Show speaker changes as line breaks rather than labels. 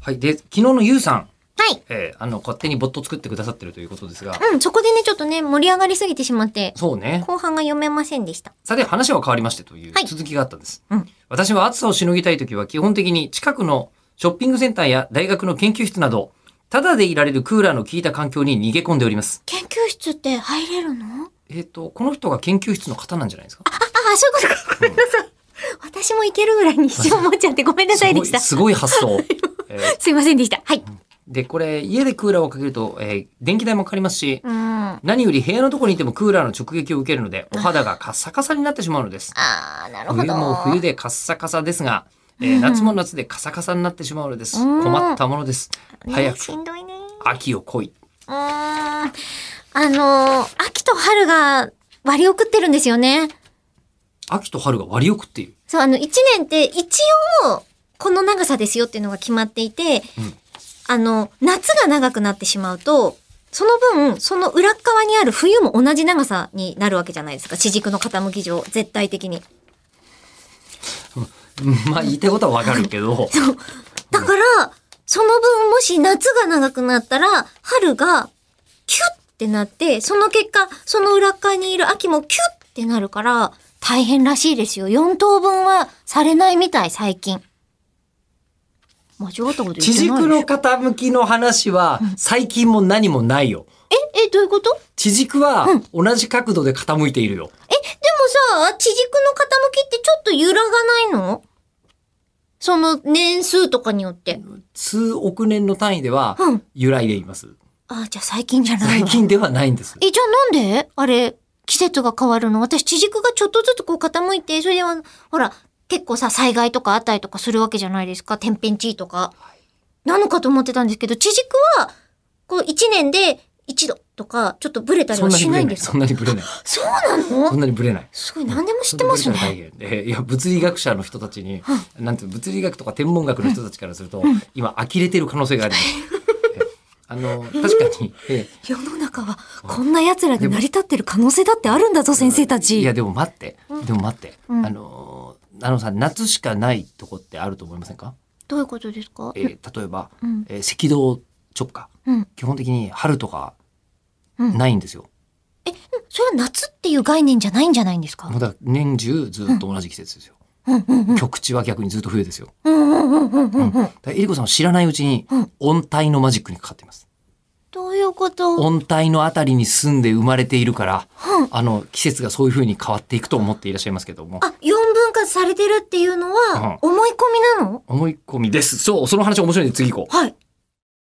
はい。で、昨日のゆうさん、
はい。
えーあの、勝手にボット作ってくださってるということですが、
うん、そこでね、ちょっとね、盛り上がりすぎてしまって、
そうね。
後半が読めませんでした。
さて、話は変わりましてという
はい
続きがあったんです。
うん
私は暑さをしのぎたいときは、基本的に近くのショッピングセンターや大学の研究室など、ただでいられるクーラーの効いた環境に逃げ込んでおります。
研究室って入れるのあ、
えっ、と、この人が研究室の方なんじゃないですか
あ、そういうことか。ごめんなさい。私もいけるぐらいに一瞬思っちゃってごめんなさいでした。す
すごいすごい発 想。えー
いませんでした。はい。
で、これ、家でクーラーをかけると、えー電気代もかかりますし、
うん。あ
何より部屋のとこにいてもクーラーの直撃を受けるので、お肌がカッサカサになってしまうのです。
ー、なるほど。
冬も冬でカッサカサですが、えー
うん
夏も夏でカサカサになってしまうのです。
うん
困ったものです。
ね
早く
しんどいね。
秋を来い。
うーん。あのー、秋と春が割り送ってるんですよね。
秋と春が割り送っている。
そう、あの、一年って一応、この長さですよっていうのが決まっていて、
うん
あの、夏が長くなってしまうと、その分、その裏っ側にある冬も同じ長さになるわけじゃないですか。地軸の傾き上、絶対的に。
うん まあ言いたいことはわかるけ ど、
だから、その分、もし夏が長くなったら、春が、キュッってなって、その結果、その裏っ側にいる秋もキュッってなるから、大変らしいですよ。4等分はされないみたい、最近。間違ったこと言ってないでしょ
地軸の傾きの話は最近も何もないよ。
え、え、どういうこと
地軸は同じ角度で傾いているよ。
え、でもさ、地軸の傾きってちょっと揺らがないのその年数とかによって。
数億年の単位では
うん
揺らいでいます。
あ、じゃあ最近じゃ ない
最
わ。
近ではないんです。
え、じゃあなんであれ、季節が変わるの私、地軸がちょっとずつこう傾いて、それでは、ほら、結構さ、災害とかあったりとかするわけじゃないですか。天変地異とか。なのかと思ってたんですけど、地軸は、こう、一年で一度とか、ちょっとブレたり
そん
は
なに
し
ブ
な
レ
いん
ない。
です
そ
か
んなにブレない。
そうな
そ
の
んなにブレない。
すごい、何でも知ってますね。
大変でいや物理学者の人たちに、なんていうの物理学とか天文学の人たちからすると、今呆れてる可能性があります。 えあの確かに、え
世の中はこんな奴らで成り立ってる可能性だってあるんだぞ先生たち。
いやでも待って、でも待って、
うん
あのあのさ夏しかないとこってあると思いませんか？
どういうことですか、
えー例えば、
うん
えー赤道直下、
うん
基本的に春とか
うん
ないんですよ。
え、それは夏っていう概念じゃないんじゃないんですか
もうだから年中ずっと同じ季節ですよ。極地は逆にずっと冬ですよ。
うんうんうんうんうんうん。
だからえりこさんは知らないうちに
うん
温帯のマジックにかかっています。
どういうこと
温帯のあたりに住んで生まれているから、
うん
あの季節がそういう風に変わっていくと思っていらっしゃいますけども。
あ、四分割されてるっていうのは思い込みなの
思い込みです。そう、その話面白いんで次行こう。
はい。